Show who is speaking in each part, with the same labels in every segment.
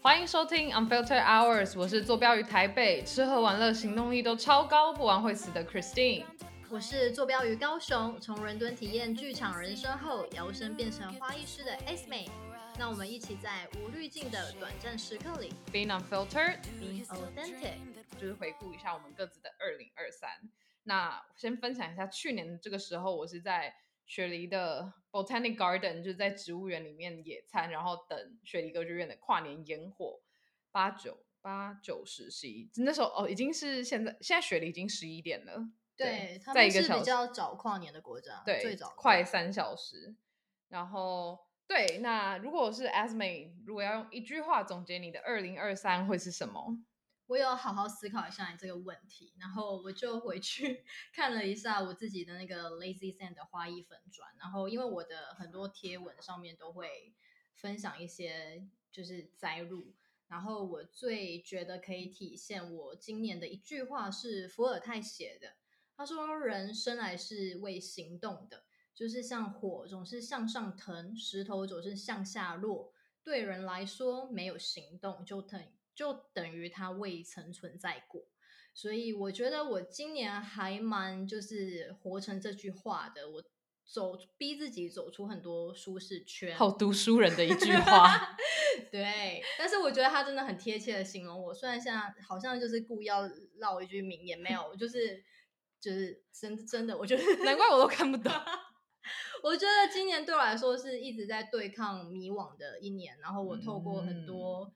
Speaker 1: 欢迎收听 Unfiltered Hours，我是坐标于台北，吃喝玩乐行动力都超高，不玩会死的 Christine。
Speaker 2: 我是坐标于高雄，从伦敦体验剧场人生后，摇身变成花艺师的 S 妹。让我们一起在无滤镜的短暂时刻里
Speaker 1: Being Unfiltered，
Speaker 2: ，being authentic。
Speaker 1: 就是回顾一下我们各自的二零二三。那先分享一下去年这个时候，我是在雪梨的 Botanic Garden，就是在植物园里面野餐，然后等雪梨歌剧院的跨年烟火，八九八九十十一，那时候哦，已经是现在现在雪梨已经十一点了，
Speaker 2: 对，他
Speaker 1: 在一
Speaker 2: 们
Speaker 1: 个
Speaker 2: 是
Speaker 1: 小
Speaker 2: 比
Speaker 1: 时。
Speaker 2: 较早跨年的国家，
Speaker 1: 对，
Speaker 2: 最早跨
Speaker 1: 快三小时。然后对，那如果是 Asme，如果要用一句话总结你的二零二三会是什么？
Speaker 2: 我有好好思考一下你这个问题，然后我就回去看了一下我自己的那个 Lazy Sand 的花艺粉砖，然后因为我的很多贴文上面都会分享一些就是摘录，然后我最觉得可以体现我今年的一句话是伏尔泰写的，他说：“人生来是为行动的，就是像火总是向上腾，石头总是向下落，对人来说，没有行动就等就等于它未曾存在过。所以我觉得我今年还蛮就是活成这句话的，我走逼自己走出很多舒适圈。
Speaker 1: 好读书人的一句话，
Speaker 2: 对，但是我觉得他真的很贴切的形容我，虽然现在好像就是故意要绕一句名言，没有，就是就是真真的，我觉得
Speaker 1: 难怪我都看不懂。
Speaker 2: 我觉得今年对我来说是一直在对抗迷惘的一年，然后我透过很多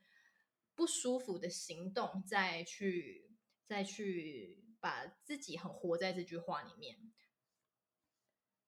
Speaker 2: 不舒服的行动，再去再去把自己很活在这句话里面。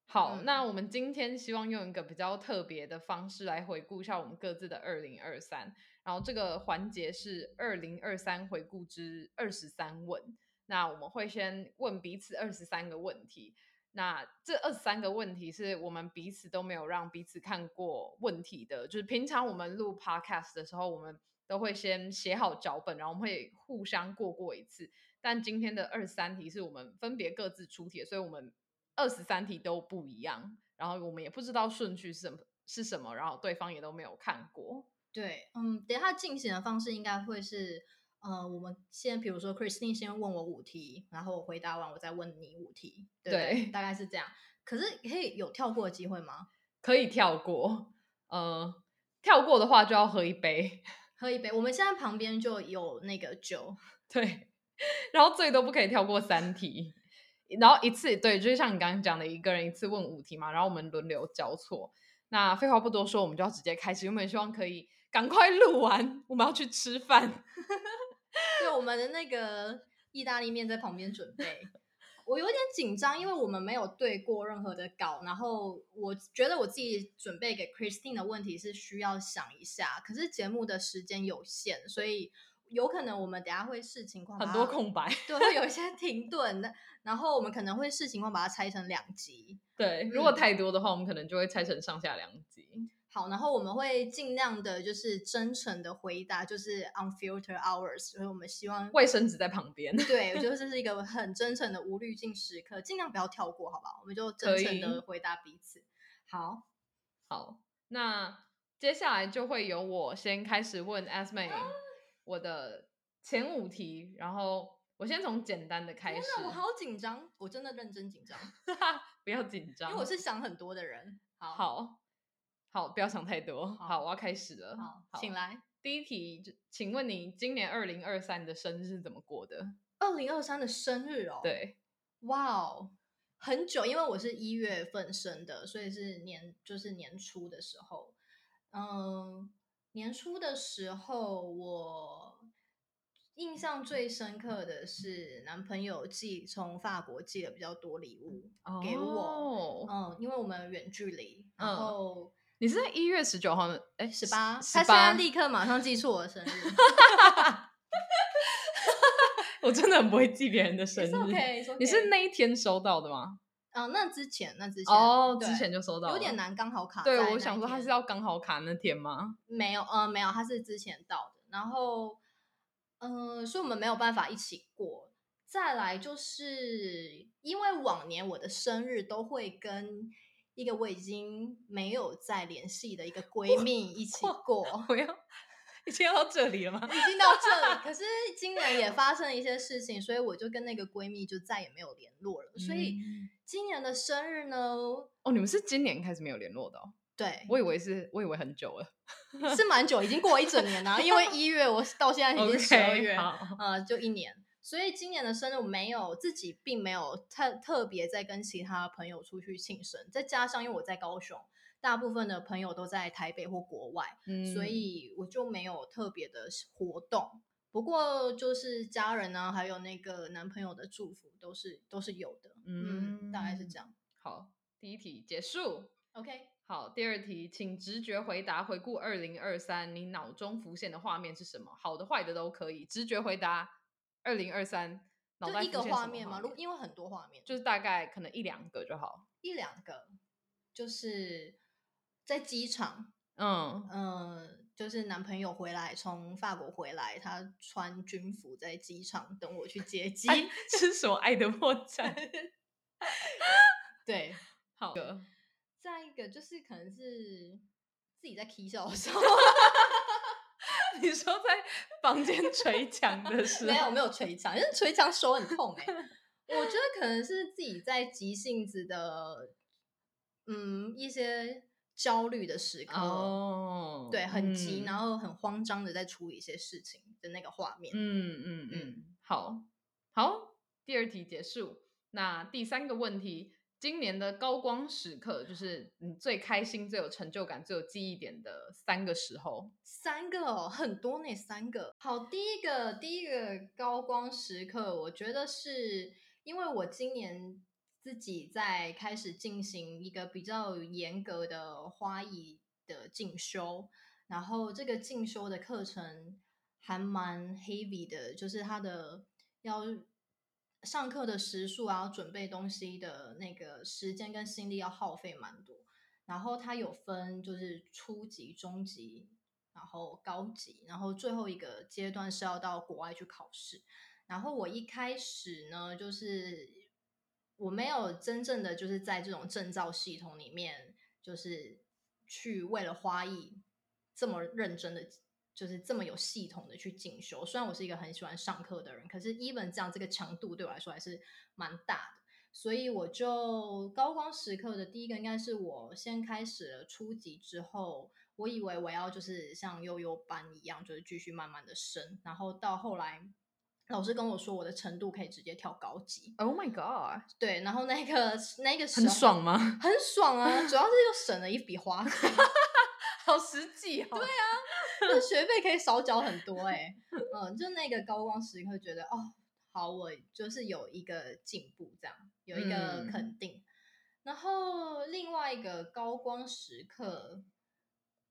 Speaker 1: 好，
Speaker 2: 嗯
Speaker 1: 那我们今天希望用一个比较特别的方式来回顾一下我们各自的二零二三，然后这个环节是二零二三回顾之二十三问。那我们会先问彼此二十三个问题，那这二十三个问题是我们彼此都没有让彼此看过问题的，就是平常我们录 podcast 的时候，我们都会先写好脚本，然后我们会互相过过一次。但今天的二十三题是我们分别各自出题的，所以我们二十三题都不一样，然后我们也不知道顺序是什么是什么，然后对方也都没有看过。
Speaker 2: 对，嗯，等一下进行的方式应该会是，呃，我们先比如说 Christine 先问我五题，然后我回答完，我再问你五题，对不对
Speaker 1: 对
Speaker 2: 大概是这样。可是可以有跳过的机会吗？
Speaker 1: 可以跳过，呃，跳过的话就要喝一杯，
Speaker 2: 喝一杯，我们现在旁边就有那个酒，
Speaker 1: 对，然后最多不可以跳过三题，然后一次对，就是像你刚刚讲的，一个人一次问五题嘛，然后我们轮流交错。那废话不多说，我们就要直接开始。原本希望可以赶快录完，我们要去吃饭。
Speaker 2: 对，我们的那个意大利面在旁边准备。我有点紧张，因为我们没有对过任何的稿，然后我觉得我自己准备给 Christine 的问题是需要想一下，可是节目的时间有限，所以有可能我们等一下会视情况
Speaker 1: 很
Speaker 2: 把
Speaker 1: 多
Speaker 2: 它，
Speaker 1: 空白，
Speaker 2: 对，会有一些停顿的，然后我们可能会视情况把它拆成两集，
Speaker 1: 对，如果
Speaker 2: 嗯
Speaker 1: 太多的话，我们可能就会拆成上下两集。
Speaker 2: 好，然后我们会尽量的就是真诚的回答，就是 unfiltered hours，所以我们希望
Speaker 1: 卫生纸在旁边，
Speaker 2: 对，我觉得这是一个很真诚的无滤镜时刻，尽量不要跳过，好不好？我们就真
Speaker 1: 可
Speaker 2: 诚
Speaker 1: 以
Speaker 2: 的回答彼此。好，
Speaker 1: 好，那接下来就会由我先开始问 Asme 我的前五题，然后我先从简单的开
Speaker 2: 天
Speaker 1: 始，
Speaker 2: 哪，我好紧张，我真的认真紧张，
Speaker 1: 不要紧
Speaker 2: 因
Speaker 1: 张，
Speaker 2: 为我是想很多的人。好，
Speaker 1: 好好不要想太多，好，
Speaker 2: 好
Speaker 1: 我要开始了，
Speaker 2: 好，请。来。
Speaker 1: 第一题，就请问你今年二零二三的生日是怎么过的？
Speaker 2: 二零二三的生日哦，，
Speaker 1: 对，
Speaker 2: 哇哦，很久，因为我是一月份生的，所以是年就是年初的时候，嗯，年初的时候我印象最深刻的是男朋友寄从法国寄了比较多礼物，给我
Speaker 1: 哦
Speaker 2: 嗯，因为我们远距离，然
Speaker 1: 嗯
Speaker 2: 后
Speaker 1: 你是在一月十九号呢，哎，
Speaker 2: 十八、
Speaker 1: 十
Speaker 2: 他现
Speaker 1: 八，
Speaker 2: 在立刻马上记住我的生日
Speaker 1: 我真的很不会记别人的 生日。
Speaker 2: ，it's okay，, it's okay
Speaker 1: 你是那一天收到的吗？
Speaker 2: 嗯、那之前那之前
Speaker 1: 哦，
Speaker 2: 对
Speaker 1: 之前就收到了，
Speaker 2: 有点难，刚好卡在那一
Speaker 1: 对，
Speaker 2: 天。
Speaker 1: 我想说他是要刚好卡那天吗？
Speaker 2: 没有，呃，没有，他是之前到的，然后，呃，所以我们没有办法一起过。再来就是因为往年我的生日都会跟一个我已经没有再联系的一个闺蜜一起过，
Speaker 1: 我要已经要到这里了吗？
Speaker 2: 已经到这里，可是今年也发生了一些事情，所以我就跟那个闺蜜就再也没有联络了。 所以
Speaker 1: 嗯
Speaker 2: 今年的生日呢，
Speaker 1: 哦，你们是今年开始没有联络的哦？
Speaker 2: 对，
Speaker 1: 我以为是，我以为很久了。
Speaker 2: 是蛮久，已经过一整年了，啊因为一月我到现在已经十二
Speaker 1: OK，
Speaker 2: 月
Speaker 1: 好
Speaker 2: 呃，就一年。所以今年的生日我没有自己，并没有特特别在跟其他朋友出去庆生，再加上因为我在高雄，大部分的朋友都在台北或国外，
Speaker 1: 嗯
Speaker 2: 所以我就没有特别的活动。不过就是家人呢，还有那个男朋友的祝福都是都是有的，嗯，大概是这样。
Speaker 1: 好，第一题结束。
Speaker 2: OK，
Speaker 1: 好，第二题，请直觉回答，回顾二零二三，你脑中浮现的画面是什么？好的、坏的都可以，直觉回答。二零二三，脑
Speaker 2: 就
Speaker 1: 袋
Speaker 2: 一
Speaker 1: 浮
Speaker 2: 个
Speaker 1: 现什
Speaker 2: 画
Speaker 1: 么
Speaker 2: 面嘛，如因为很多画面，
Speaker 1: 就是大概可能一两个就好。
Speaker 2: 一两个，就是在机场
Speaker 1: 嗯，
Speaker 2: 呃，就是男朋友回来，从法国回来，他穿军服在机场等我去接机。
Speaker 1: 哎是什么爱的 破绽？
Speaker 2: 对，
Speaker 1: 好 的，
Speaker 2: 再一个就是可能是自己在 K 笑的时候，
Speaker 1: 你说在房间捶墙的时候，
Speaker 2: 没有没有 捶墙，因为捶墙手很痛 哎、我觉得可能是自己在急性子的，嗯，一些焦虑的时刻，
Speaker 1: 哦，
Speaker 2: 对，很急，
Speaker 1: 嗯
Speaker 2: 然后很慌张的在处理一些事情的那个画面。
Speaker 1: 嗯嗯嗯，好，好，第二题结束。那第三个问题，今年的高光时刻就是你最开心、最有成就感、最有记忆点的三个时候。
Speaker 2: 三个哦，很多呢，三个。好，第一个第一个高光时刻，我觉得是因为我今年自己在开始进行一个比较严格的花艺的进修，然后这个进修的课程还蛮 heavy 的，就是它的要上课的时数啊，准备东西的那个时间跟心力要耗费蛮多。然后它有分就是初级、中级，然后高级，然后最后一个阶段是要到国外去考试。然后我一开始呢，就是我没有真正的就是在这种证照系统里面，就是去为了花艺这么认真的。就是这么有系统的去进修，虽然我是一个很喜欢上课的人，可是 even 这样这个强度对我来说还是蛮大的。所以我就高光时刻的第一个应该是我先开始了初级之后，我以为我要就是像悠悠班一样，就是继续慢慢的升，然后到后来老师跟我说我的程度可以直接跳高级，
Speaker 1: Oh my god，
Speaker 2: 对，然后那个 那个时
Speaker 1: 很
Speaker 2: 候
Speaker 1: 爽， 吗？
Speaker 2: 很爽啊，主要是又省了一笔花费，
Speaker 1: 好实际哦。对 啊，
Speaker 2: 那学费可以少缴很多哎、嗯，就那个高光时刻觉得哦，好，我就是有一个进步，这样有一个
Speaker 1: 嗯
Speaker 2: 肯定。然后另外一个高光时刻，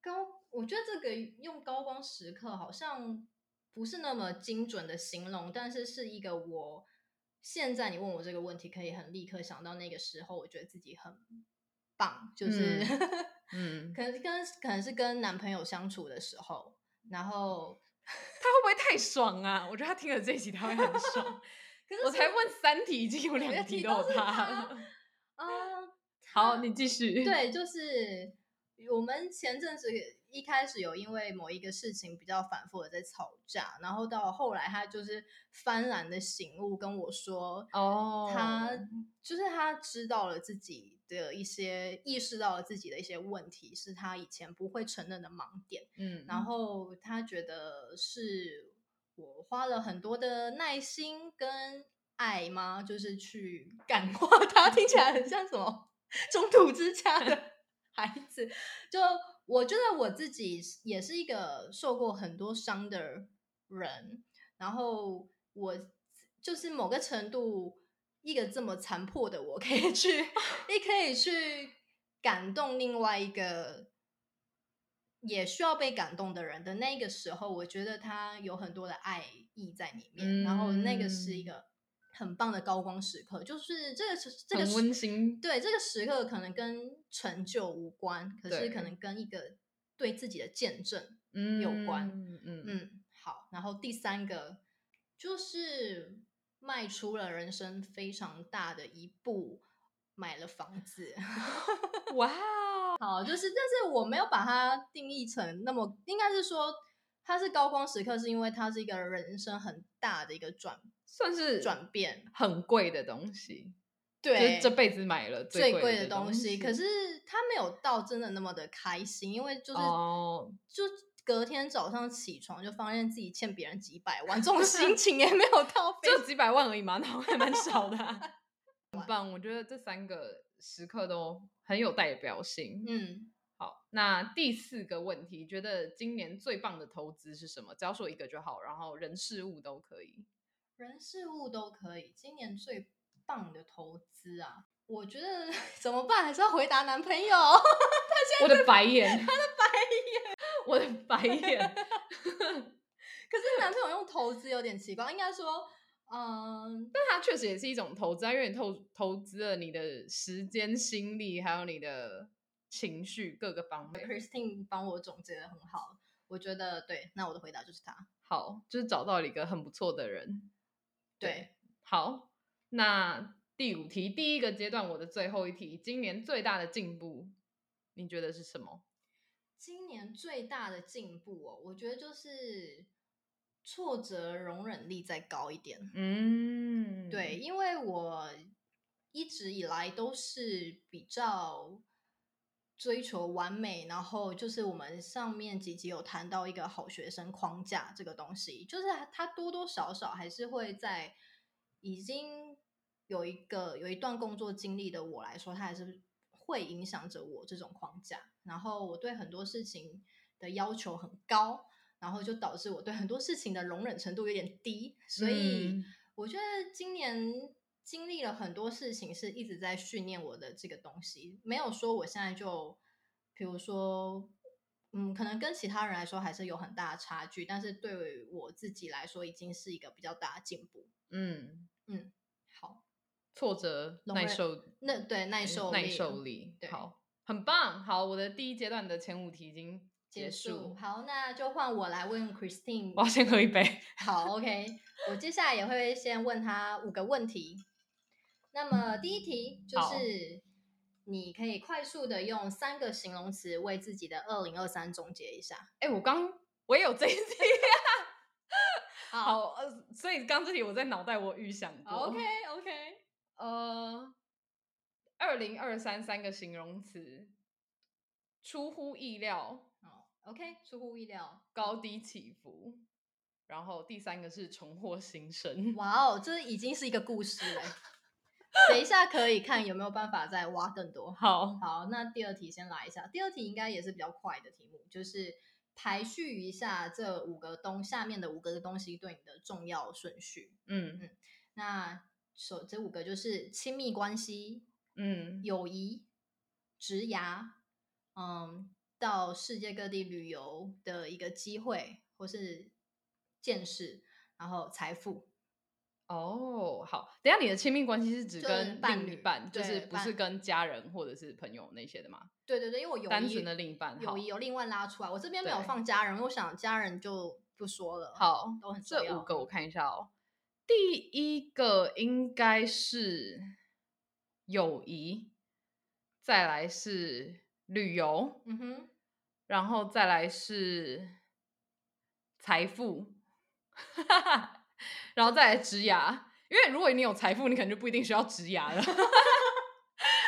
Speaker 2: 高，我觉得这个用高光时刻好像不是那么精准的形容，但是是一个我现在你问我这个问题，可以很立刻想到那个时候，我觉得自己很棒，就是、
Speaker 1: 嗯，
Speaker 2: 可能跟可能是跟男朋友相处的时候，然后
Speaker 1: 他会不会太爽啊？我觉得他听了这一集他会很 爽。
Speaker 2: 可是
Speaker 1: 我
Speaker 2: 是
Speaker 1: 才问三题，已经有
Speaker 2: 两
Speaker 1: 两
Speaker 2: 题
Speaker 1: 题
Speaker 2: 都
Speaker 1: 有
Speaker 2: 是
Speaker 1: 他
Speaker 2: 他
Speaker 1: 了。
Speaker 2: 啊、
Speaker 1: 好，你继续。，
Speaker 2: 对，就是我们前阵子一开始有因为某一个事情比较反复的在吵架，然后到后来他就是幡然的醒悟，跟我说，
Speaker 1: 哦，
Speaker 2: 他就是他知道了自己的一些，意识到了自己的一些问题，是他以前不会承认的盲点。
Speaker 1: 嗯，
Speaker 2: 然后他觉得是我花了很多的耐心跟爱吗？就是去 感化他，听起来很像什么中途之家的孩子。就我觉得我自己是也是一个受过很多伤的人，然后我就是某个程度，一个这么残破的我，可以去，也可以去感动另外一个也需要被感动的人的那个时候，我觉得他有很多的爱意在里面，然后那个是一
Speaker 1: 嗯
Speaker 2: 个很棒的高光时刻，就是这个时这个
Speaker 1: 很
Speaker 2: 时
Speaker 1: 温馨。
Speaker 2: 对，这个时刻可能跟成就无关，可是可
Speaker 1: 对
Speaker 2: 能跟一个对自己的见证。
Speaker 1: 嗯
Speaker 2: 有关
Speaker 1: 嗯嗯
Speaker 2: 嗯，好。然后第三个就是迈出了人生非常大的一步，买了房子。
Speaker 1: 哇，哦
Speaker 2: 好，就是但是我没有把它定义成那么，应该是说。它是高光时刻，是因为它是一个人生很大的一个转
Speaker 1: 算是
Speaker 2: 转变，
Speaker 1: 很贵的东西，就是
Speaker 2: 对，
Speaker 1: 这辈子买了
Speaker 2: 最
Speaker 1: 贵
Speaker 2: 贵
Speaker 1: 的
Speaker 2: 的
Speaker 1: 东
Speaker 2: 东西。可是它没有到真的那么的开心，因为就是、
Speaker 1: 哦，
Speaker 2: 就隔天早上起床就发现自己欠别人几百万，这种 心情也没有到非
Speaker 1: 就几百万而已嘛，那我还蛮少的啊、 很棒，我觉得这三个时刻都很有代表性。
Speaker 2: 嗯，
Speaker 1: 好，那第四个问题，觉得今年最棒的投资是什么？只要说一个就好，然后人事物都可 以。
Speaker 2: 人事物都可以。今年最棒的投资啊，我觉得 怎么办？还是要回答男朋友。
Speaker 1: 我的白眼，他的白眼，我的白眼。
Speaker 2: 可是男朋友用投资有点奇怪，应该说，嗯，
Speaker 1: 但它确实也是一种投资啊，因为你投投资了你的时间、心力，还有你的情绪各个方面。
Speaker 2: Christine 帮我总结的很好，我觉得对。那我的回答就是他，
Speaker 1: 好，就是找到了一个很不错的人。
Speaker 2: 对，
Speaker 1: 好，那第五题，第一个阶段，我的最后一题，今年最大的进步，你觉得是什么？
Speaker 2: 今年最大的进步哦，我觉得就是挫折容忍力再高一点。
Speaker 1: 嗯，
Speaker 2: 对，，因为我一直以来都是比较追求完美，然后就是我们上面几集有谈到一个好学生框架这个东西，就是它多多少少还是会在已经有一个有一段工作经历的我来说，它还是会影响着我这种框架。然后我对很多事情的要求很高，然后就导致我对很多事情的容忍程度有点低，所以。
Speaker 1: 嗯
Speaker 2: 我觉得今年经历了很多事情，是一直在训练我的这个东西。没有说我现在就，比如说，嗯，可能跟其他人来说还是有很大的差距，但是对我自己来说，已经是一个比较大的进步。
Speaker 1: 嗯，
Speaker 2: 好，
Speaker 1: 挫折
Speaker 2: 容
Speaker 1: 耐
Speaker 2: 忍
Speaker 1: 受
Speaker 2: 那对耐受
Speaker 1: 耐
Speaker 2: 力
Speaker 1: 受力，
Speaker 2: 对
Speaker 1: 好，很棒。好，我的第一阶段的前五题已经
Speaker 2: 结
Speaker 1: 束
Speaker 2: 束。。好，那就换我来问 Christine
Speaker 1: 我要先喝一杯。
Speaker 2: 好，OK，我接下来也会先问他五个问题。那么第一题就
Speaker 1: 好
Speaker 2: 是，你可以快速的用三个形容词为自己的二零二三总结一下。
Speaker 1: 哎、我刚我也有这一题。
Speaker 2: 好
Speaker 1: 好，呃，所以刚这题我在脑袋我预想过。
Speaker 2: ，OK OK，
Speaker 1: 呃，二零二三三个形容词：出乎意料、
Speaker 2: 好，OK，出乎意料。
Speaker 1: 高低起伏，然后第三个是重获新生。
Speaker 2: 哇哦，这已经是一个故事 了。等一下可以看有没有办法再挖更多。
Speaker 1: 好，
Speaker 2: 好，那第二题先来一下。第二题应该也是比较快的题目，就是排序一下这五个东下面的五个东西对你的重要顺序。
Speaker 1: 嗯
Speaker 2: 那首这五个就是亲密关系、
Speaker 1: 嗯
Speaker 2: 友谊、职涯，嗯，到世界各地旅游的一个机会或是见识，然后财富。
Speaker 1: 哦，好，等一下你的亲密关系是指
Speaker 2: 就是
Speaker 1: 跟
Speaker 2: 伴
Speaker 1: 另一
Speaker 2: 侣
Speaker 1: 半，就是
Speaker 2: 对
Speaker 1: 不是
Speaker 2: 伴
Speaker 1: 跟家人或者是朋友那些的吗？
Speaker 2: 对对对，因为我友谊
Speaker 1: 单纯的另一半。好
Speaker 2: 友谊有另外拉出来，我这边没有
Speaker 1: 对
Speaker 2: 放家人，因为我想家人就不说了。，
Speaker 1: 好，
Speaker 2: 都很重
Speaker 1: 这
Speaker 2: 要
Speaker 1: 五个我看一下哦。第一个应该是友谊，再来是旅游，
Speaker 2: 嗯哼。
Speaker 1: 然后再来是财富，然后再来植牙。因为如果你有财富，你可能就不一定需要植牙了。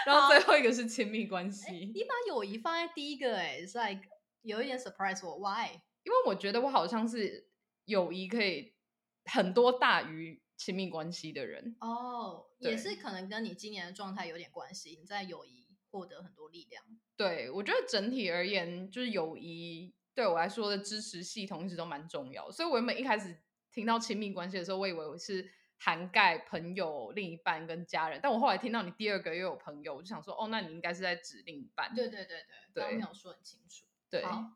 Speaker 1: 然后最后一个是亲密关系，
Speaker 2: 你把友谊放在第一个、欸，哎，是 like 有一点 surprise 我，why？
Speaker 1: 因为我觉得我好像是友谊可以很多大于亲密关系的人。
Speaker 2: 哦、也
Speaker 1: 对
Speaker 2: 是可能跟你今年的状态有点关系，你在友谊获得很多力量。
Speaker 1: 对，我觉得整体而言，就是友谊对我来说的支持系统一直都蛮重要的。所以我原本一开始听到亲密关系的时候，我以为我是涵盖朋友、另一半跟家人，但我后来听到你第二个又有朋友，我就想说，哦，那你应该是在指另一半。
Speaker 2: 对对对对，
Speaker 1: 对
Speaker 2: 刚刚没有说很清楚。
Speaker 1: 对，
Speaker 2: 好，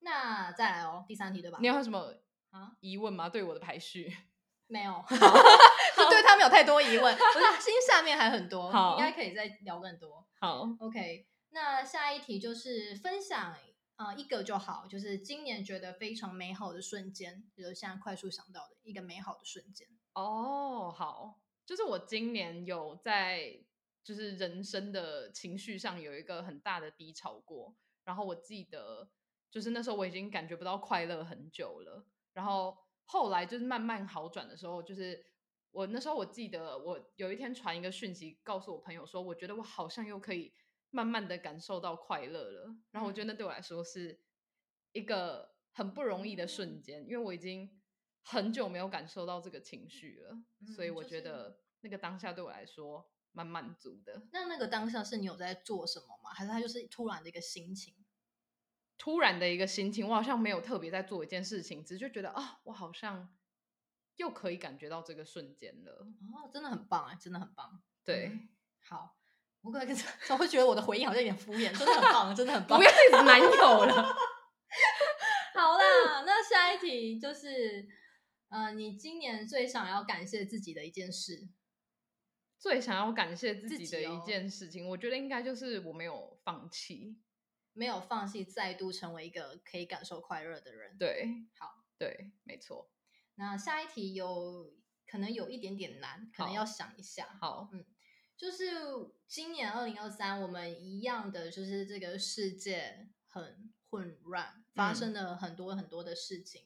Speaker 2: 那再来哦，第三题对吧？
Speaker 1: 你有什么
Speaker 2: 啊
Speaker 1: 疑问吗？对我的排序？
Speaker 2: 没有？就 对他没有太多疑问，我 是心下面还很多，
Speaker 1: 好
Speaker 2: 应该可以再聊更多。
Speaker 1: 好，
Speaker 2: OK，那下一题就是分享呃一个就好，就是今年觉得非常美好的瞬间，比如现在快速想到的一个美好的瞬间。
Speaker 1: 哦，好，就是我今年有在就是人生的情绪上有一个很大的低潮过，然后我记得就是那时候我已经感觉不到快乐很久了。然后后来就是慢慢好转的时候，就是我那时候我记得我有一天传一个讯息告诉我朋友说，我觉得我好像又可以慢慢的感受到快乐了。然后我觉得那对我来说是一个很不容易的瞬间，因为我已经很久没有感受到这个情绪了，所以
Speaker 2: 嗯
Speaker 1: 我
Speaker 2: 就
Speaker 1: 觉
Speaker 2: 是
Speaker 1: 得那个当下对我来说蛮满足的。
Speaker 2: 那那个当下是你有在做什么吗？还是他就是突然的一个心情？
Speaker 1: 突然的一个心情，我好像没有特别在做一件事情，只是就觉得啊，我好像又可以感觉到这个瞬间了。
Speaker 2: 哦，真的很棒哎、真的很棒。
Speaker 1: 对，
Speaker 2: 嗯好，我 可能我会觉得我的回应好像有点敷衍，真的很棒，真的很 棒
Speaker 1: 不。要再指男友了。
Speaker 2: 好啦，那下一题就是，呃，你今年最想要感谢自己的一件事，
Speaker 1: 最想要感谢自
Speaker 2: 自
Speaker 1: 己
Speaker 2: 己
Speaker 1: 的一
Speaker 2: 哦
Speaker 1: 件事情，我觉得应该就是我没有放弃。
Speaker 2: 没有放弃，再度成为一个可以感受快乐的人。，
Speaker 1: 对，
Speaker 2: 好，
Speaker 1: 对，没错。
Speaker 2: 那下一题有可能有一点点难，可能
Speaker 1: 好
Speaker 2: 要想一下。
Speaker 1: 好，
Speaker 2: 就是今年二零二三，我们一样的就是这个世界很混乱，发
Speaker 1: 嗯
Speaker 2: 生了很多很多的事情。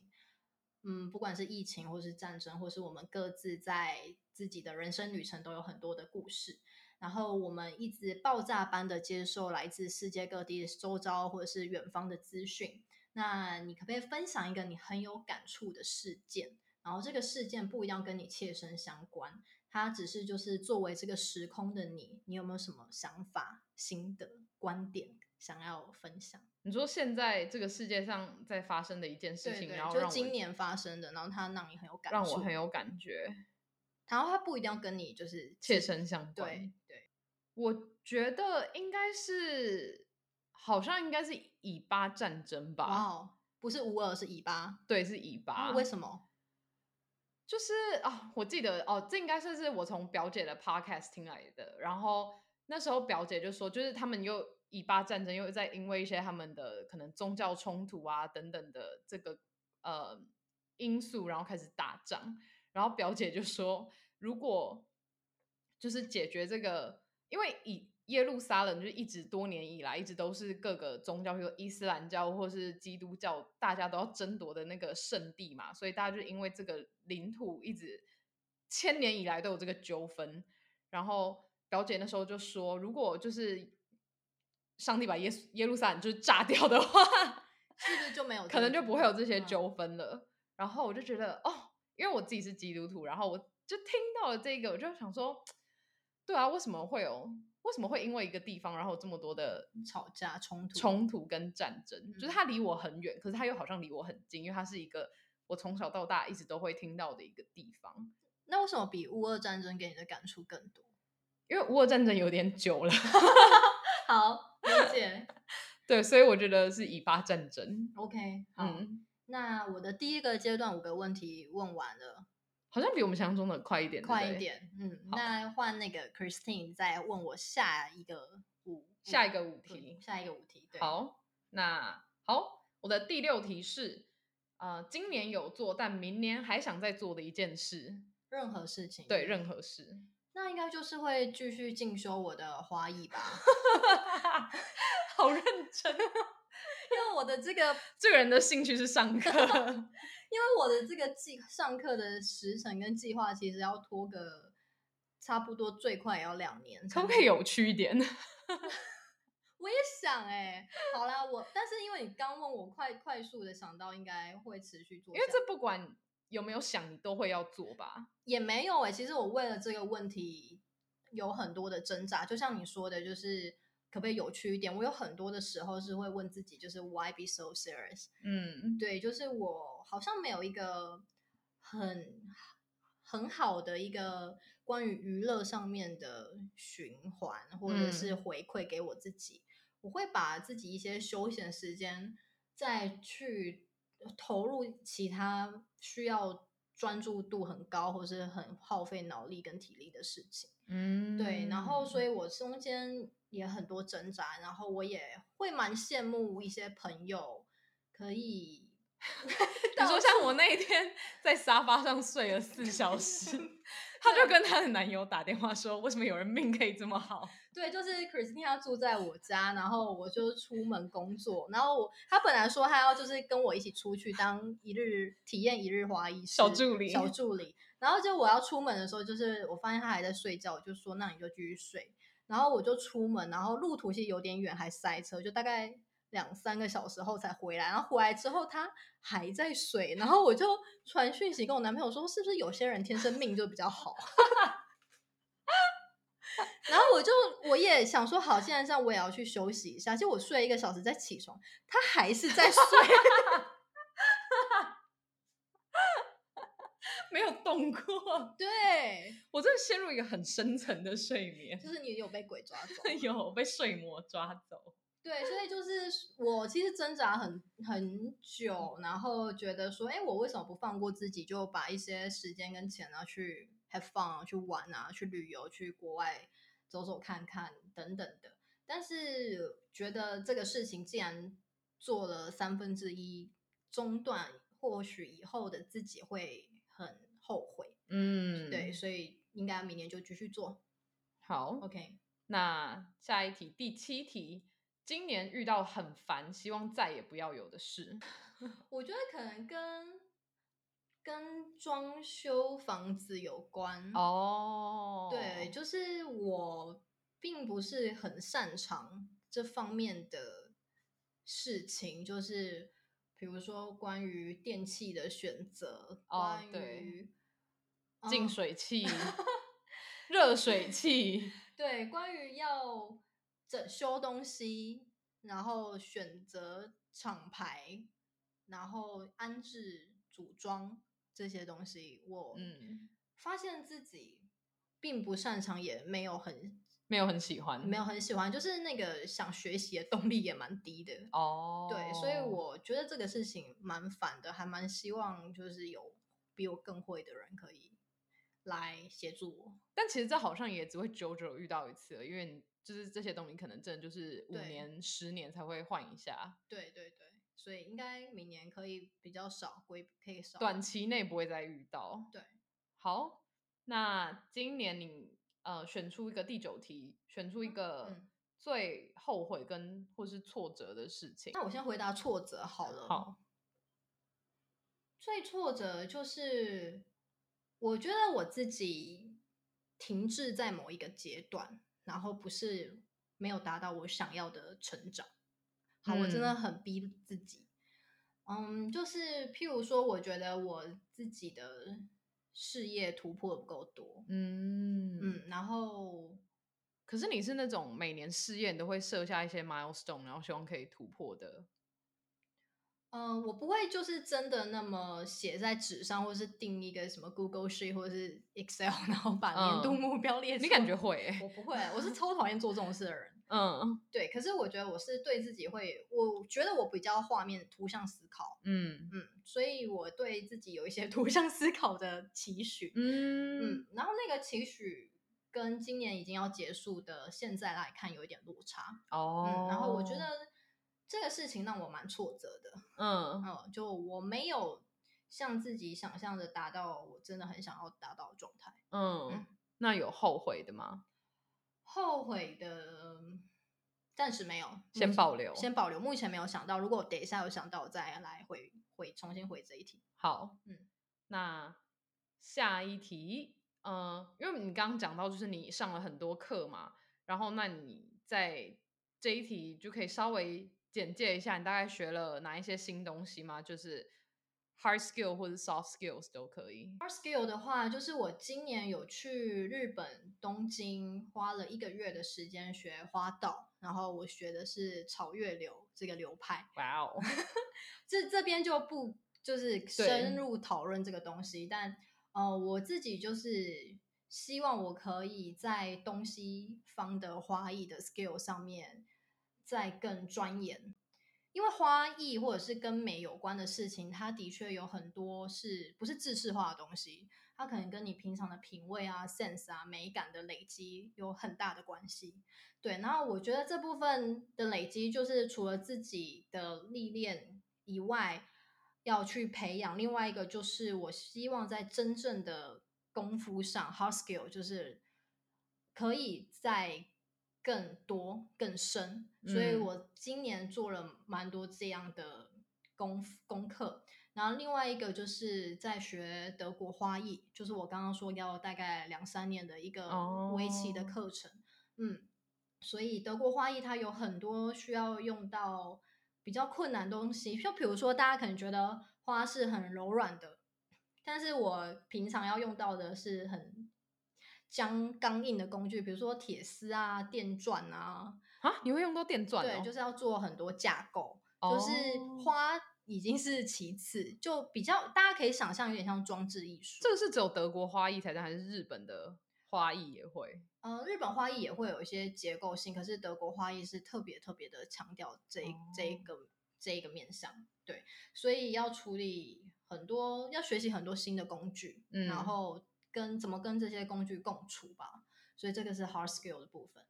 Speaker 2: 嗯，不管是疫情，或是战争，或是我们各自在自己的人生旅程都有很多的故事。然后我们一直爆炸般的接受来自世界各地周遭或者是远方的资讯。那你可不可以分享一个你很有感触的事件？然后这个事件不一定要跟你切身相关，它只是就是作为这个时空的你，你有没有什么想法、心得、观点想要分享？
Speaker 1: 你说现在这个世界上在发生的一件事情，然后
Speaker 2: 就是
Speaker 1: 让我
Speaker 2: 今年发生的，然后它让你很有感
Speaker 1: 让
Speaker 2: 触
Speaker 1: 我很有感觉，
Speaker 2: 然后它不一定要跟你就是
Speaker 1: 切
Speaker 2: 直
Speaker 1: 身相关。
Speaker 2: 对对，
Speaker 1: 我觉得应该是，好像应该是以巴战争吧。
Speaker 2: 哇哦，不是无耳是尾巴，
Speaker 1: 对，是以巴。
Speaker 2: 为什么？
Speaker 1: 就是啊、我记得哦，这应该算是我从表姐的 podcast 听来的。然后那时候表姐就说，就是他们又以巴战争又在因为一些他们的可能宗教冲突啊等等的这个呃因素，然后开始打仗。然后表姐就说，如果就是解决这个，因为以耶路撒冷就一直多年以来一直都是各个宗教，比如说伊斯兰教或是基督教，大家都要争夺的那个圣地嘛，所以大家就因为这个领土一直千年以来都有这个纠纷。然后表姐那时候就说，如果就是上帝把耶稣耶路撒冷就是炸掉的话，
Speaker 2: 是不是就没有这个？
Speaker 1: 可能就不会有这些
Speaker 2: 嗯
Speaker 1: 纠纷了。然后我就觉得哦，因为我自己是基督徒，然后我就听到了这个，我就想说，对啊，为什么会有？为什么会因为一个地方，然后有这么多的
Speaker 2: 吵架冲突
Speaker 1: 冲突跟战争？就是
Speaker 2: 嗯
Speaker 1: 它离我很远，可是它又好像离我很近，因为它是一个我从小到大一直都会听到的一个地方。
Speaker 2: 那为什么比乌俄战争给你的感触更多？
Speaker 1: 因为乌俄战争有点久了，
Speaker 2: 好，理解。
Speaker 1: 对，所以我觉得是以巴战争。
Speaker 2: OK，好。
Speaker 1: 嗯，
Speaker 2: 那我的第一个阶段五个问题问完了，
Speaker 1: 好像比我们想象中的快一点，对不
Speaker 2: 快一
Speaker 1: 对。
Speaker 2: 点。嗯，
Speaker 1: 好
Speaker 2: 那换那个 Christine 再问我下一个五
Speaker 1: 下一个五题
Speaker 2: 题，下一个五题。对，，
Speaker 1: 好，那好，我的第六题是，呃，今年有做但明年还想再做的一件事，
Speaker 2: 任何事情
Speaker 1: 对，任何事。
Speaker 2: 那应该就是会继续进修我的花艺吧，
Speaker 1: 好认真，
Speaker 2: 因为我的这个，
Speaker 1: 这个人的兴趣是上 课，
Speaker 2: 因为我的这个计上课的时程跟计划，其实要拖个差不多最快也要两年，
Speaker 1: 可不可以？有趣一 点？
Speaker 2: 我也想哎、好啦，我但是因为你刚问我快快速的想到，应该会持续做
Speaker 1: 因
Speaker 2: 下
Speaker 1: 为
Speaker 2: 去，
Speaker 1: 这不管有没有想，你都会要做吧？
Speaker 2: 也没有哎、其实我为了这个问题有很多的挣扎，就像你说的，就是可不可以有趣一点？我有很多的时候是会问自己，就是 Why be so serious？
Speaker 1: 嗯，
Speaker 2: 对，就是我好像没有一个很很好的一个关于娱乐上面的循环，或者是回馈给我自己。我会把自己一些休闲时间再去投入其他需要专注度很高，或是很耗费脑力跟体力的事情。
Speaker 1: 嗯
Speaker 2: 对，然后所
Speaker 1: 以
Speaker 2: 以我中间也很多挣扎，然后我也会蛮羡慕一些朋友可以
Speaker 1: 你说像我那一天在沙发上睡了四小时，她就跟她的男友打电话说，为什么有人命可以这么好？
Speaker 2: 对，就是 Christina 住在我家，然后我就出门工作，然后我他本来说他要就是跟我一起出去当一日体验一日花医师
Speaker 1: 小助理
Speaker 2: 小助理，然后就我要出门的时候，就是我发现他还在睡觉，我就说那你就继续睡，然后我就出门，然后路途其实有点远，还塞车，就大概两三个小时后才回来。然后回来之后他还在睡，然后我就传讯息跟我男朋友说，是不是有些人天生命就比较好？然后我就我也想说，好，现在这样我也要去休息一下。结果我睡了一个小时再起床，他还是在睡，
Speaker 1: 没有动过，
Speaker 2: 对，
Speaker 1: 我真的陷入一个很深层的睡眠
Speaker 2: 就，是你有被鬼抓走。
Speaker 1: 有被睡魔抓走。
Speaker 2: 对，所以就是我其实挣扎很很久，然后觉得说，哎，我为什么不放过自己，就把一些时间跟钱啊去 have fun 啊去玩啊，去旅游，去国外走走看看等等的。但是觉得这个事情既然做了三分之一中断，或许以后的自己会很后悔。
Speaker 1: 嗯，
Speaker 2: 对，，所以应该明年就继续做。
Speaker 1: 好
Speaker 2: OK，
Speaker 1: 哦那下一题，第七题，今年遇到很烦，希望再也不要有的事。
Speaker 2: 我觉得可能跟跟装修房子有关。，
Speaker 1: 哦，
Speaker 2: 对，就是我并不是很擅长这方面的事情，就是比如说关于电器的选择，
Speaker 1: 哦
Speaker 2: 关
Speaker 1: 对
Speaker 2: 于
Speaker 1: 净
Speaker 2: 嗯
Speaker 1: 水 器、热水器，
Speaker 2: 对，关于要整修东西，然后选择厂牌，然后安置组装这些东西，我
Speaker 1: 嗯，
Speaker 2: 发现自己并不擅长，也没有很
Speaker 1: 没有很喜欢，
Speaker 2: 没有很喜欢，就是那个想学习的动力也蛮低的。
Speaker 1: 哦，
Speaker 2: 对，所以我觉得这个事情蛮烦的，还蛮希望就是有比我更会的人可以来协助我。
Speaker 1: 但其实这好像也只会久久遇到一次了，因为你就是这些东西可能真的就是五
Speaker 2: 对
Speaker 1: 年、十年才会换一下，
Speaker 2: 对对对，所以应该明年可以比较少规，可以少
Speaker 1: 短期内不会再遇到。
Speaker 2: 对，
Speaker 1: 好，那今年你呃选出一个第九题，选出一个
Speaker 2: 嗯
Speaker 1: 最后悔跟或是挫折的事情。
Speaker 2: 那我先回答挫折好了。
Speaker 1: 好，
Speaker 2: 最挫折就是我觉得我自己停滞在某一个阶段，然后不是没有达到我想要的成长。好，我真的
Speaker 1: 嗯
Speaker 2: 很逼自己。嗯，就是譬如说，我觉得我自己的事业突破不够多，
Speaker 1: 嗯
Speaker 2: 嗯，然后
Speaker 1: 可是你是那种每年试验都会设下一些 milestone，然后希望可以突破的。
Speaker 2: 呃，我不会就是真的那么写在纸上，或是定一个什么 Google Sheet 或是 Excel，然后把年度
Speaker 1: 嗯
Speaker 2: 目标列出来、
Speaker 1: 你感觉会欸、
Speaker 2: 我不会，我是超讨厌做这种事的人。
Speaker 1: 嗯
Speaker 2: 对，可是我觉得我是对自己会，我觉得我比较画面图像思考，
Speaker 1: 嗯
Speaker 2: 嗯，所以我对自己有一些 图像思考的期许，
Speaker 1: 嗯
Speaker 2: 嗯，然后那个期许跟今年已经要结束的现在来看有一点落差，
Speaker 1: 哦
Speaker 2: 嗯，然后我觉得这个事情让我蛮挫折的，
Speaker 1: 嗯
Speaker 2: 嗯，就我没有像自己想象的达到我真的很想要达到的状态。
Speaker 1: 嗯，那有后悔的吗？
Speaker 2: 后悔的暂时没有，目
Speaker 1: 先
Speaker 2: 前
Speaker 1: 保留
Speaker 2: 先保留。目前没有想到，如果我等一下有想到，我再来回回重新回这一题。
Speaker 1: 好，
Speaker 2: 嗯，
Speaker 1: 那下一题，呃，因为你刚刚讲到就是你上了很多课嘛，然后那你在这一题就可以稍微简介一下你大概学了哪一些新东西吗？就是 hard skill 或者 soft skills 都可以。
Speaker 2: Hard skill 的话，就是我今年有去日本东京，花了一个月的时间学花道，然后我学的是朝月流这个流派。
Speaker 1: 哇哦，
Speaker 2: 这这边就不就是深入讨论这个东西，但呃，我自己就是希望我可以在东西方的花艺的 skill 上面再更钻研，因为花艺或者是跟美有关的事情，它的确有很多是不是制式化的东西，它可能跟你平常的品味啊、sense 啊、美感的累积有很大的关系。对，然后我觉得这部分的累积，就是除了自己的历练以外，要去培养。另外一个就是，我希望在真正的功夫上 hard skill 就是可以在更多更深，所以
Speaker 1: 嗯
Speaker 2: 我今年做了蛮多这样的功夫功课。然后另外一个就是在学德国花艺，就是我刚刚说要大概两三年的一个围棋的
Speaker 1: 哦
Speaker 2: 课程。嗯，所以德国花艺它有很多需要用到比较困难的东西，就比如说大家可能觉得花是很柔软的，但是我平常要用到的是很僵刚硬的工具，比如说铁丝啊、电钻啊，
Speaker 1: 啊，你会用到电钻、哦？
Speaker 2: 对，就是要做很多架构，就是
Speaker 1: 哦
Speaker 2: 花已经是其次，就比较大家可以想象有点像装置艺术。
Speaker 1: 这个是只有德国花艺才这样，还是日本的花艺也会？
Speaker 2: 呃，日本花艺也会有一些结构性，可是德国花艺是特别特别的强调这一、这
Speaker 1: 哦
Speaker 2: 一个这一个面向，对，所以要处理很多，要学习很多新的工具，
Speaker 1: 嗯
Speaker 2: 然后跟怎么跟这些工具共处吧，所以这个是 hard skill 的部分。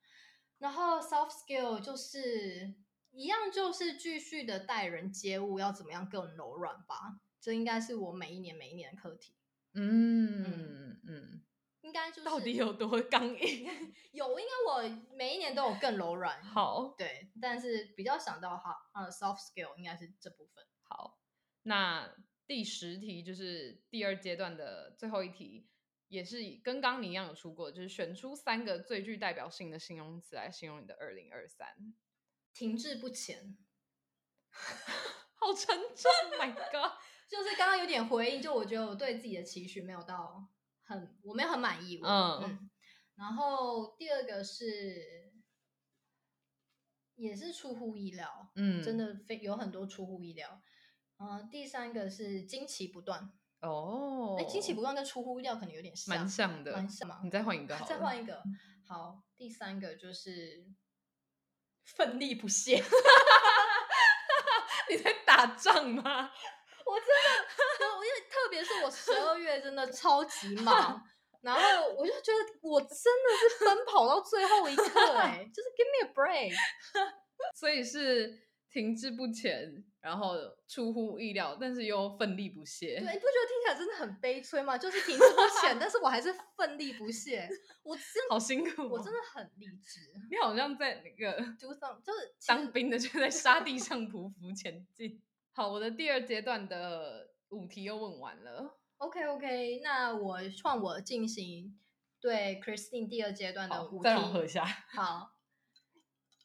Speaker 2: 然后 soft skill 就是一样，就是继续的待人接物，要怎么样更柔软吧，这应该是我每一年每一年的课题，
Speaker 1: 嗯嗯，
Speaker 2: 应该就是
Speaker 1: 到底有多刚硬？
Speaker 2: 有，应该我每一年都有更柔软，
Speaker 1: 好
Speaker 2: 对，但是比较想到哈，呃，soft skill 应该是这部分。
Speaker 1: 好，那第十题就是第二阶段的最后一题，也是以跟刚刚你一样有出过，就是选出三个最具代表性的形容词来形容你的二零二三。
Speaker 2: 停滞不前，
Speaker 1: 好沉重，Oh，My God！
Speaker 2: 就是刚刚有点回应，就我觉得我对自己的期许没有到很，我没有很满意。我
Speaker 1: 嗯
Speaker 2: 嗯。然后第二个是，也是出乎意 料，
Speaker 1: 嗯，
Speaker 2: 真的非有很多出乎意料。嗯、第三个是惊奇不断，
Speaker 1: 哦，
Speaker 2: 哎、惊奇不断跟出乎意料可能有点像，
Speaker 1: 蛮像的，
Speaker 2: 蛮像嘛
Speaker 1: 你再换一个好了，
Speaker 2: 再换一个，好，第三个就是奋力不懈。
Speaker 1: 你在 打仗吗？
Speaker 2: 我真的，我因为特别是我十二月真的超级 忙，然后我就觉得我真的是奔跑到最后一刻、欸， 哎，就是 give me a break。
Speaker 1: 所以是停滞不前，然后出乎意料，但是又奋力不懈。
Speaker 2: 对，你不觉得听起来真的很悲催吗？就是停滞不前，但是我还是奋力不懈。我真
Speaker 1: 好辛苦、哦，
Speaker 2: 我真的很励志
Speaker 1: 你好像在那个
Speaker 2: ，do some 就是其实
Speaker 1: 当兵的就在沙地上匍匐前进。好，我的第二阶段的五题又问完了。
Speaker 2: OK OK，那我换我进行对 Christine 第二阶段的
Speaker 1: 好
Speaker 2: 五，题。
Speaker 1: 再让我喝一嗯下。
Speaker 2: 好，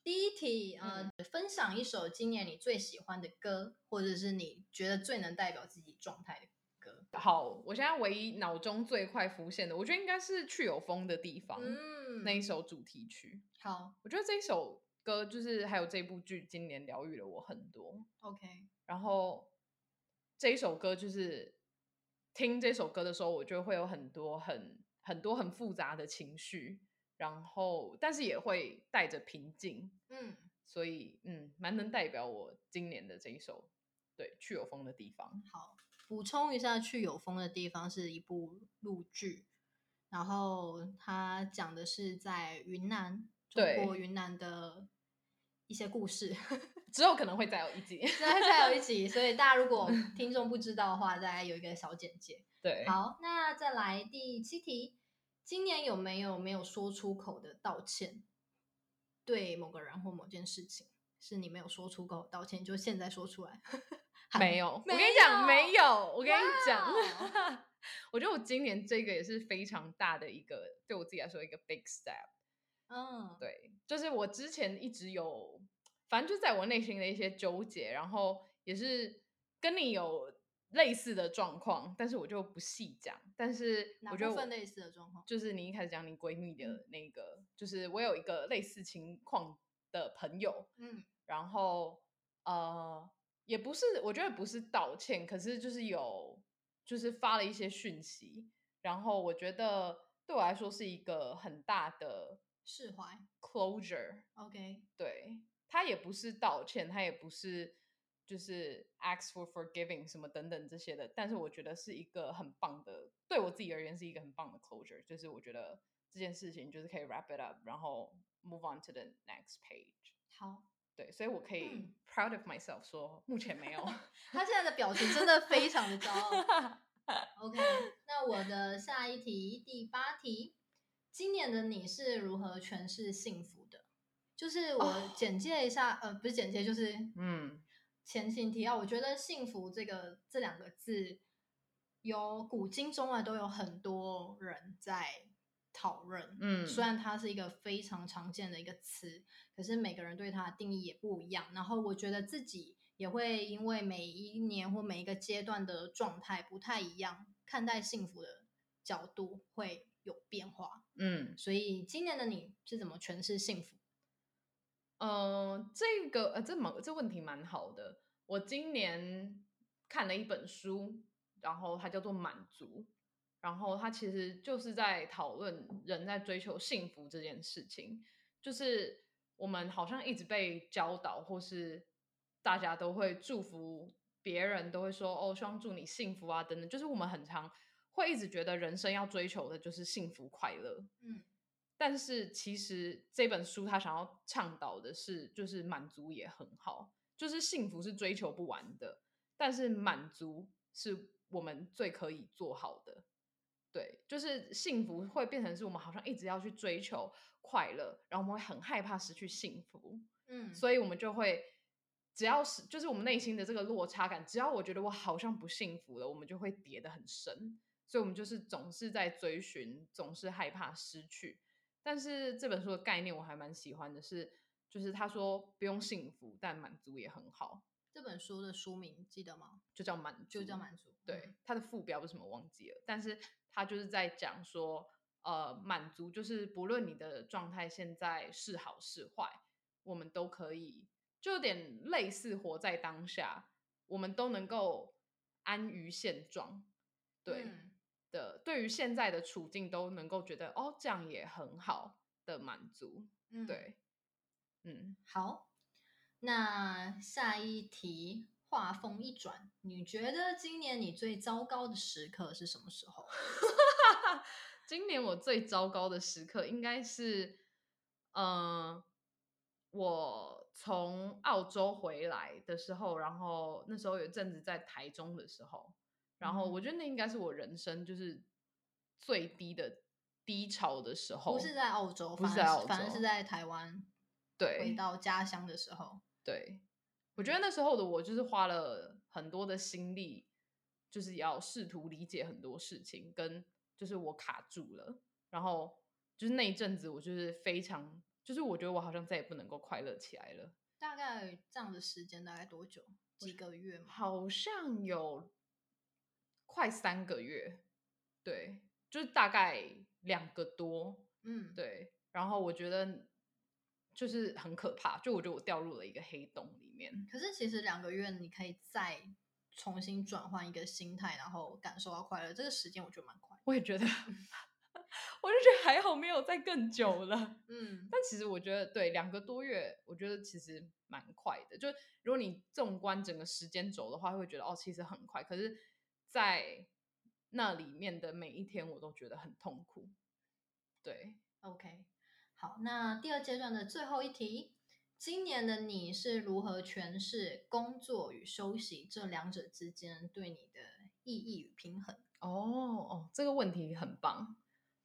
Speaker 2: 第一题，呃，分享一首今年你最喜欢的歌，或者是你觉得最能代表自己状态的歌。
Speaker 1: 好，我现在唯一脑中最快浮现的，我觉得应该是去有风的地方、
Speaker 2: 嗯，
Speaker 1: 那一首主题曲。
Speaker 2: 好
Speaker 1: 我觉得这一首歌就是还有这部剧，今年疗愈了我很多。
Speaker 2: ，OK，
Speaker 1: 然后这一首歌就是听这首歌的时候，我就会有很多很很多很复杂的情绪，然后但是也会带着平静，
Speaker 2: 嗯，
Speaker 1: 所以嗯，蛮能代表我今年的这一首对去有风的地方。
Speaker 2: 好，补充一下，《去有风的地方》是一部陆剧，然后它讲的是在云南，中
Speaker 1: 对
Speaker 2: 国云南的一些故事。
Speaker 1: 之后可能会再有一集，
Speaker 2: 再再有一集，所以大家如果听众不知道的话，大概有一个小简介。
Speaker 1: 对，
Speaker 2: 好，那再来第七题，今年有没有没有说出口的道歉？对某个人或某件事情，是你没有说出口的道歉，就现在说出来。
Speaker 1: 没有，我跟
Speaker 2: 没
Speaker 1: 你讲没
Speaker 2: 有
Speaker 1: 有，我跟你讲
Speaker 2: 哇，
Speaker 1: 我觉得我今年这个也是非常大的一个对我自己来说一个 big step。
Speaker 2: 嗯，
Speaker 1: 对，就是我之前一直有，反正就在我内心的一些纠结，然后也是跟你有类似的状况，但是我就不细讲。但是
Speaker 2: 哪
Speaker 1: 我觉得
Speaker 2: 部
Speaker 1: 我
Speaker 2: 分类似的状况嗯
Speaker 1: 就是你一开始讲你闺蜜的那个，就是我有一个类似情况的朋友，
Speaker 2: 嗯
Speaker 1: 然后呃，也不是，我觉得不是道歉，可是就是有，就是发了一些讯息，然后我觉得对我来说是一个很大的
Speaker 2: 释怀。
Speaker 1: closure，
Speaker 2: OK，
Speaker 1: 对他也不是道歉，他也不是就是 ask for forgiving 什么等等这些的，但是我觉得是一个很棒的，对我自己而言是一个很棒的 closure，就是我觉得这件事情就是可以 wrap it up，然后 move on to the next page。
Speaker 2: 好，
Speaker 1: 对，所以我可以
Speaker 2: 嗯
Speaker 1: proud of myself 说目前没有。
Speaker 2: 他现在的表情真的非常的骄傲。 OK，那 我的下一题第八题，今年的你是如何诠释幸福的？就是我
Speaker 1: 哦
Speaker 2: 简介一下呃，不是简介，就是
Speaker 1: 嗯，
Speaker 2: 前情提要。我觉得“幸福”这个这两个字，有古今中外都有很多人在讨论。
Speaker 1: 嗯
Speaker 2: 虽然它是一个非常常见的一个词，可是每个人对它的定义也不一样。然后我觉得自己也会因为每一年或每一个阶段的状态不太一样，看待幸福的角度会有变化。
Speaker 1: 嗯，
Speaker 2: 所以今年的你是怎么诠释幸福？
Speaker 1: 呃，这个呃，这蛮这问题蛮好的。我今年看了一本书，然后它叫做《满足》，然后它其实就是在讨论人在追求幸福这件事情。就是我们好像一直被教导，或是大家都会祝福别人，都会说哦，希望祝你幸福啊，等等。就是我们很常会一直觉得人生要追求的就是幸福快乐，
Speaker 2: 嗯，
Speaker 1: 但是其实这本书他想要倡导的是，就是满足也很好，就是幸福是追求不完的，但是满足是我们最可以做好的。对，就是幸福会变成是我们好像一直要去追求快乐，然后我们会很害怕失去幸福，
Speaker 2: 嗯，
Speaker 1: 所以我们就会只要是就是我们内心的这个落差感，只要我觉得我好像不幸福了，我们就会跌得很深。所以我们就是总是在追寻，总是害怕失去。但是这本书的概念我还蛮喜欢的是，就是他说不用幸福，但满足也很好，
Speaker 2: 这本书的书名记得吗？
Speaker 1: 就叫满足，
Speaker 2: 就叫满足。嗯
Speaker 1: 对，它的副标是什么忘记了，但是它就是在讲说，呃，满足就是不论你的状态现在是好是坏，我们都可以，就有点类似活在当下，我们都能够安于现状，对、
Speaker 2: 嗯
Speaker 1: 的，对于现在的处境都能够觉得哦，这样也很好的满足，
Speaker 2: 嗯，
Speaker 1: 对，嗯，
Speaker 2: 好，那下一题，话锋一转，你觉得今年你最糟糕的时刻是什么时候？
Speaker 1: 今年我最糟糕的时刻应该是，嗯、我从澳洲回来的时候，然后那时候有一阵子在台中的时候，然后
Speaker 2: 嗯
Speaker 1: 我觉得那应该是我人生就是最低的低潮的时候，
Speaker 2: 不是在澳洲，
Speaker 1: 不是
Speaker 2: 反而
Speaker 1: 在澳
Speaker 2: 反而
Speaker 1: 洲
Speaker 2: 是在台湾，回
Speaker 1: 对
Speaker 2: 到家乡的时候。
Speaker 1: 对，我觉得那时候的我就是花了很多的心力，就是要试图理解很多事情，跟就是我卡住了，然后就是那一阵子我就是非常，就是我觉得我好像再也不能够快乐起来了，
Speaker 2: 大概这样的时间大概多久？几个月嘛？
Speaker 1: 好像有快三个月，对，就是大概两个多，
Speaker 2: 嗯，，
Speaker 1: 对，然后我觉得就是很可怕，就我觉得我掉入了一个黑洞里面。
Speaker 2: 可是其实两个月你可以再重新转换一个心态，然后感受到快乐，这个时间我觉得蛮快的。
Speaker 1: 我也觉得， 我就觉得还好没有再更久了。
Speaker 2: 嗯
Speaker 1: 但其实我觉得，对两个多月，我觉得其实蛮快的。就如果你纵观整个时间轴的话，会觉得哦，其实很快。可是，在那里面的每一天，我都觉得很痛苦。对，
Speaker 2: ，OK，好，那第二阶段的最后一题，今年的你是如何诠释工作与休息这两者之间对你的意义与平衡？
Speaker 1: 哦哦，这个问题很棒，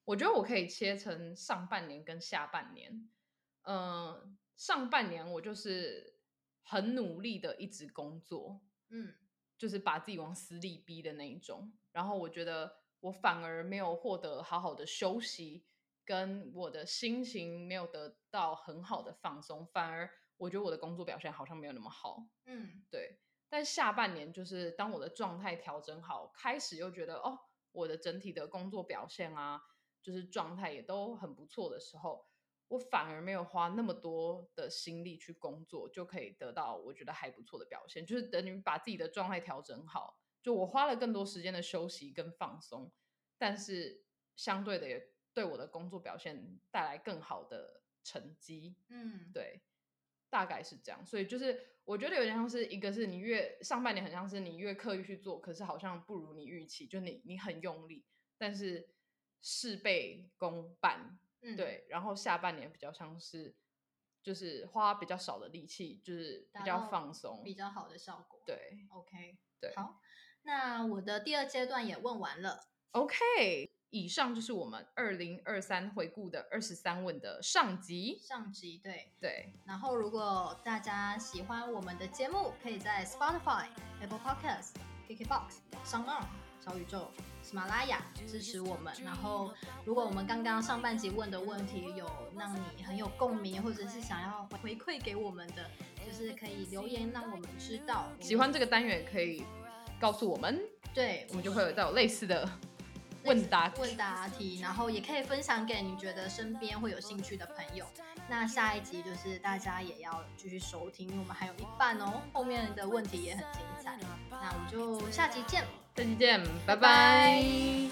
Speaker 1: 我觉得我可以切成上半年跟下半年。嗯、上半年我就是很努力的一直工作，
Speaker 2: 嗯
Speaker 1: 就是把自己往死里逼的那一种。然后我觉得我反而没有获得好好的休息，跟我的心情没有得到很好的放松，反而我觉得我的工作表现好像没有那么好。
Speaker 2: 嗯
Speaker 1: 对，但下半年就是当我的状态调整好，开始又觉得哦，我的整体的工作表现啊，就是状态也都很不错的时候，我反而没有花那么多的心力去工作，就可以得到我觉得还不错的表现。就是等于把自己的状态调整好，就我花了更多时间的休息跟放松，但是相对的也对我的工作表现带来更好的成绩。
Speaker 2: 嗯，
Speaker 1: 对，大概是这样。所以就是我觉得有点像是一个是你越上半年很像是你越刻意去做，可是好像不如你预期，就你你很用力，但是事倍功半。
Speaker 2: 嗯，
Speaker 1: 对，然后下半年比较像是就是花比较少的力气，就是
Speaker 2: 达
Speaker 1: 比
Speaker 2: 到
Speaker 1: 较放松。
Speaker 2: 比较好的效果。
Speaker 1: 对
Speaker 2: ，OK，
Speaker 1: 对，
Speaker 2: 好。那我的第二阶段也问完了。
Speaker 1: OK，以上就是我们二零二三回顾的二十三问的上集。
Speaker 2: 上集对，
Speaker 1: 对，
Speaker 2: 然后如果大家喜欢我们的节目，可以在 Spotify、Apple Podcast、KKBox、s o n On、小宇宙、喜马拉雅支持我们。然后，如果我们刚刚上半集问的问题有让你很有共鸣，或者是想要回馈给我们的，就是可以留言让我们知道。
Speaker 1: 喜欢这个单元也可以告诉我们，
Speaker 2: 对，
Speaker 1: 我们就会有到类似的
Speaker 2: 类似
Speaker 1: 问答。
Speaker 2: 问答题，然后也可以分享给你觉得身边会有兴趣的朋友。那下一集就是大家也要继续收听，因为我们还有一半哦，后面的问题也很精彩。那我们就下集见。
Speaker 1: 下期见，拜
Speaker 2: 拜
Speaker 1: 拜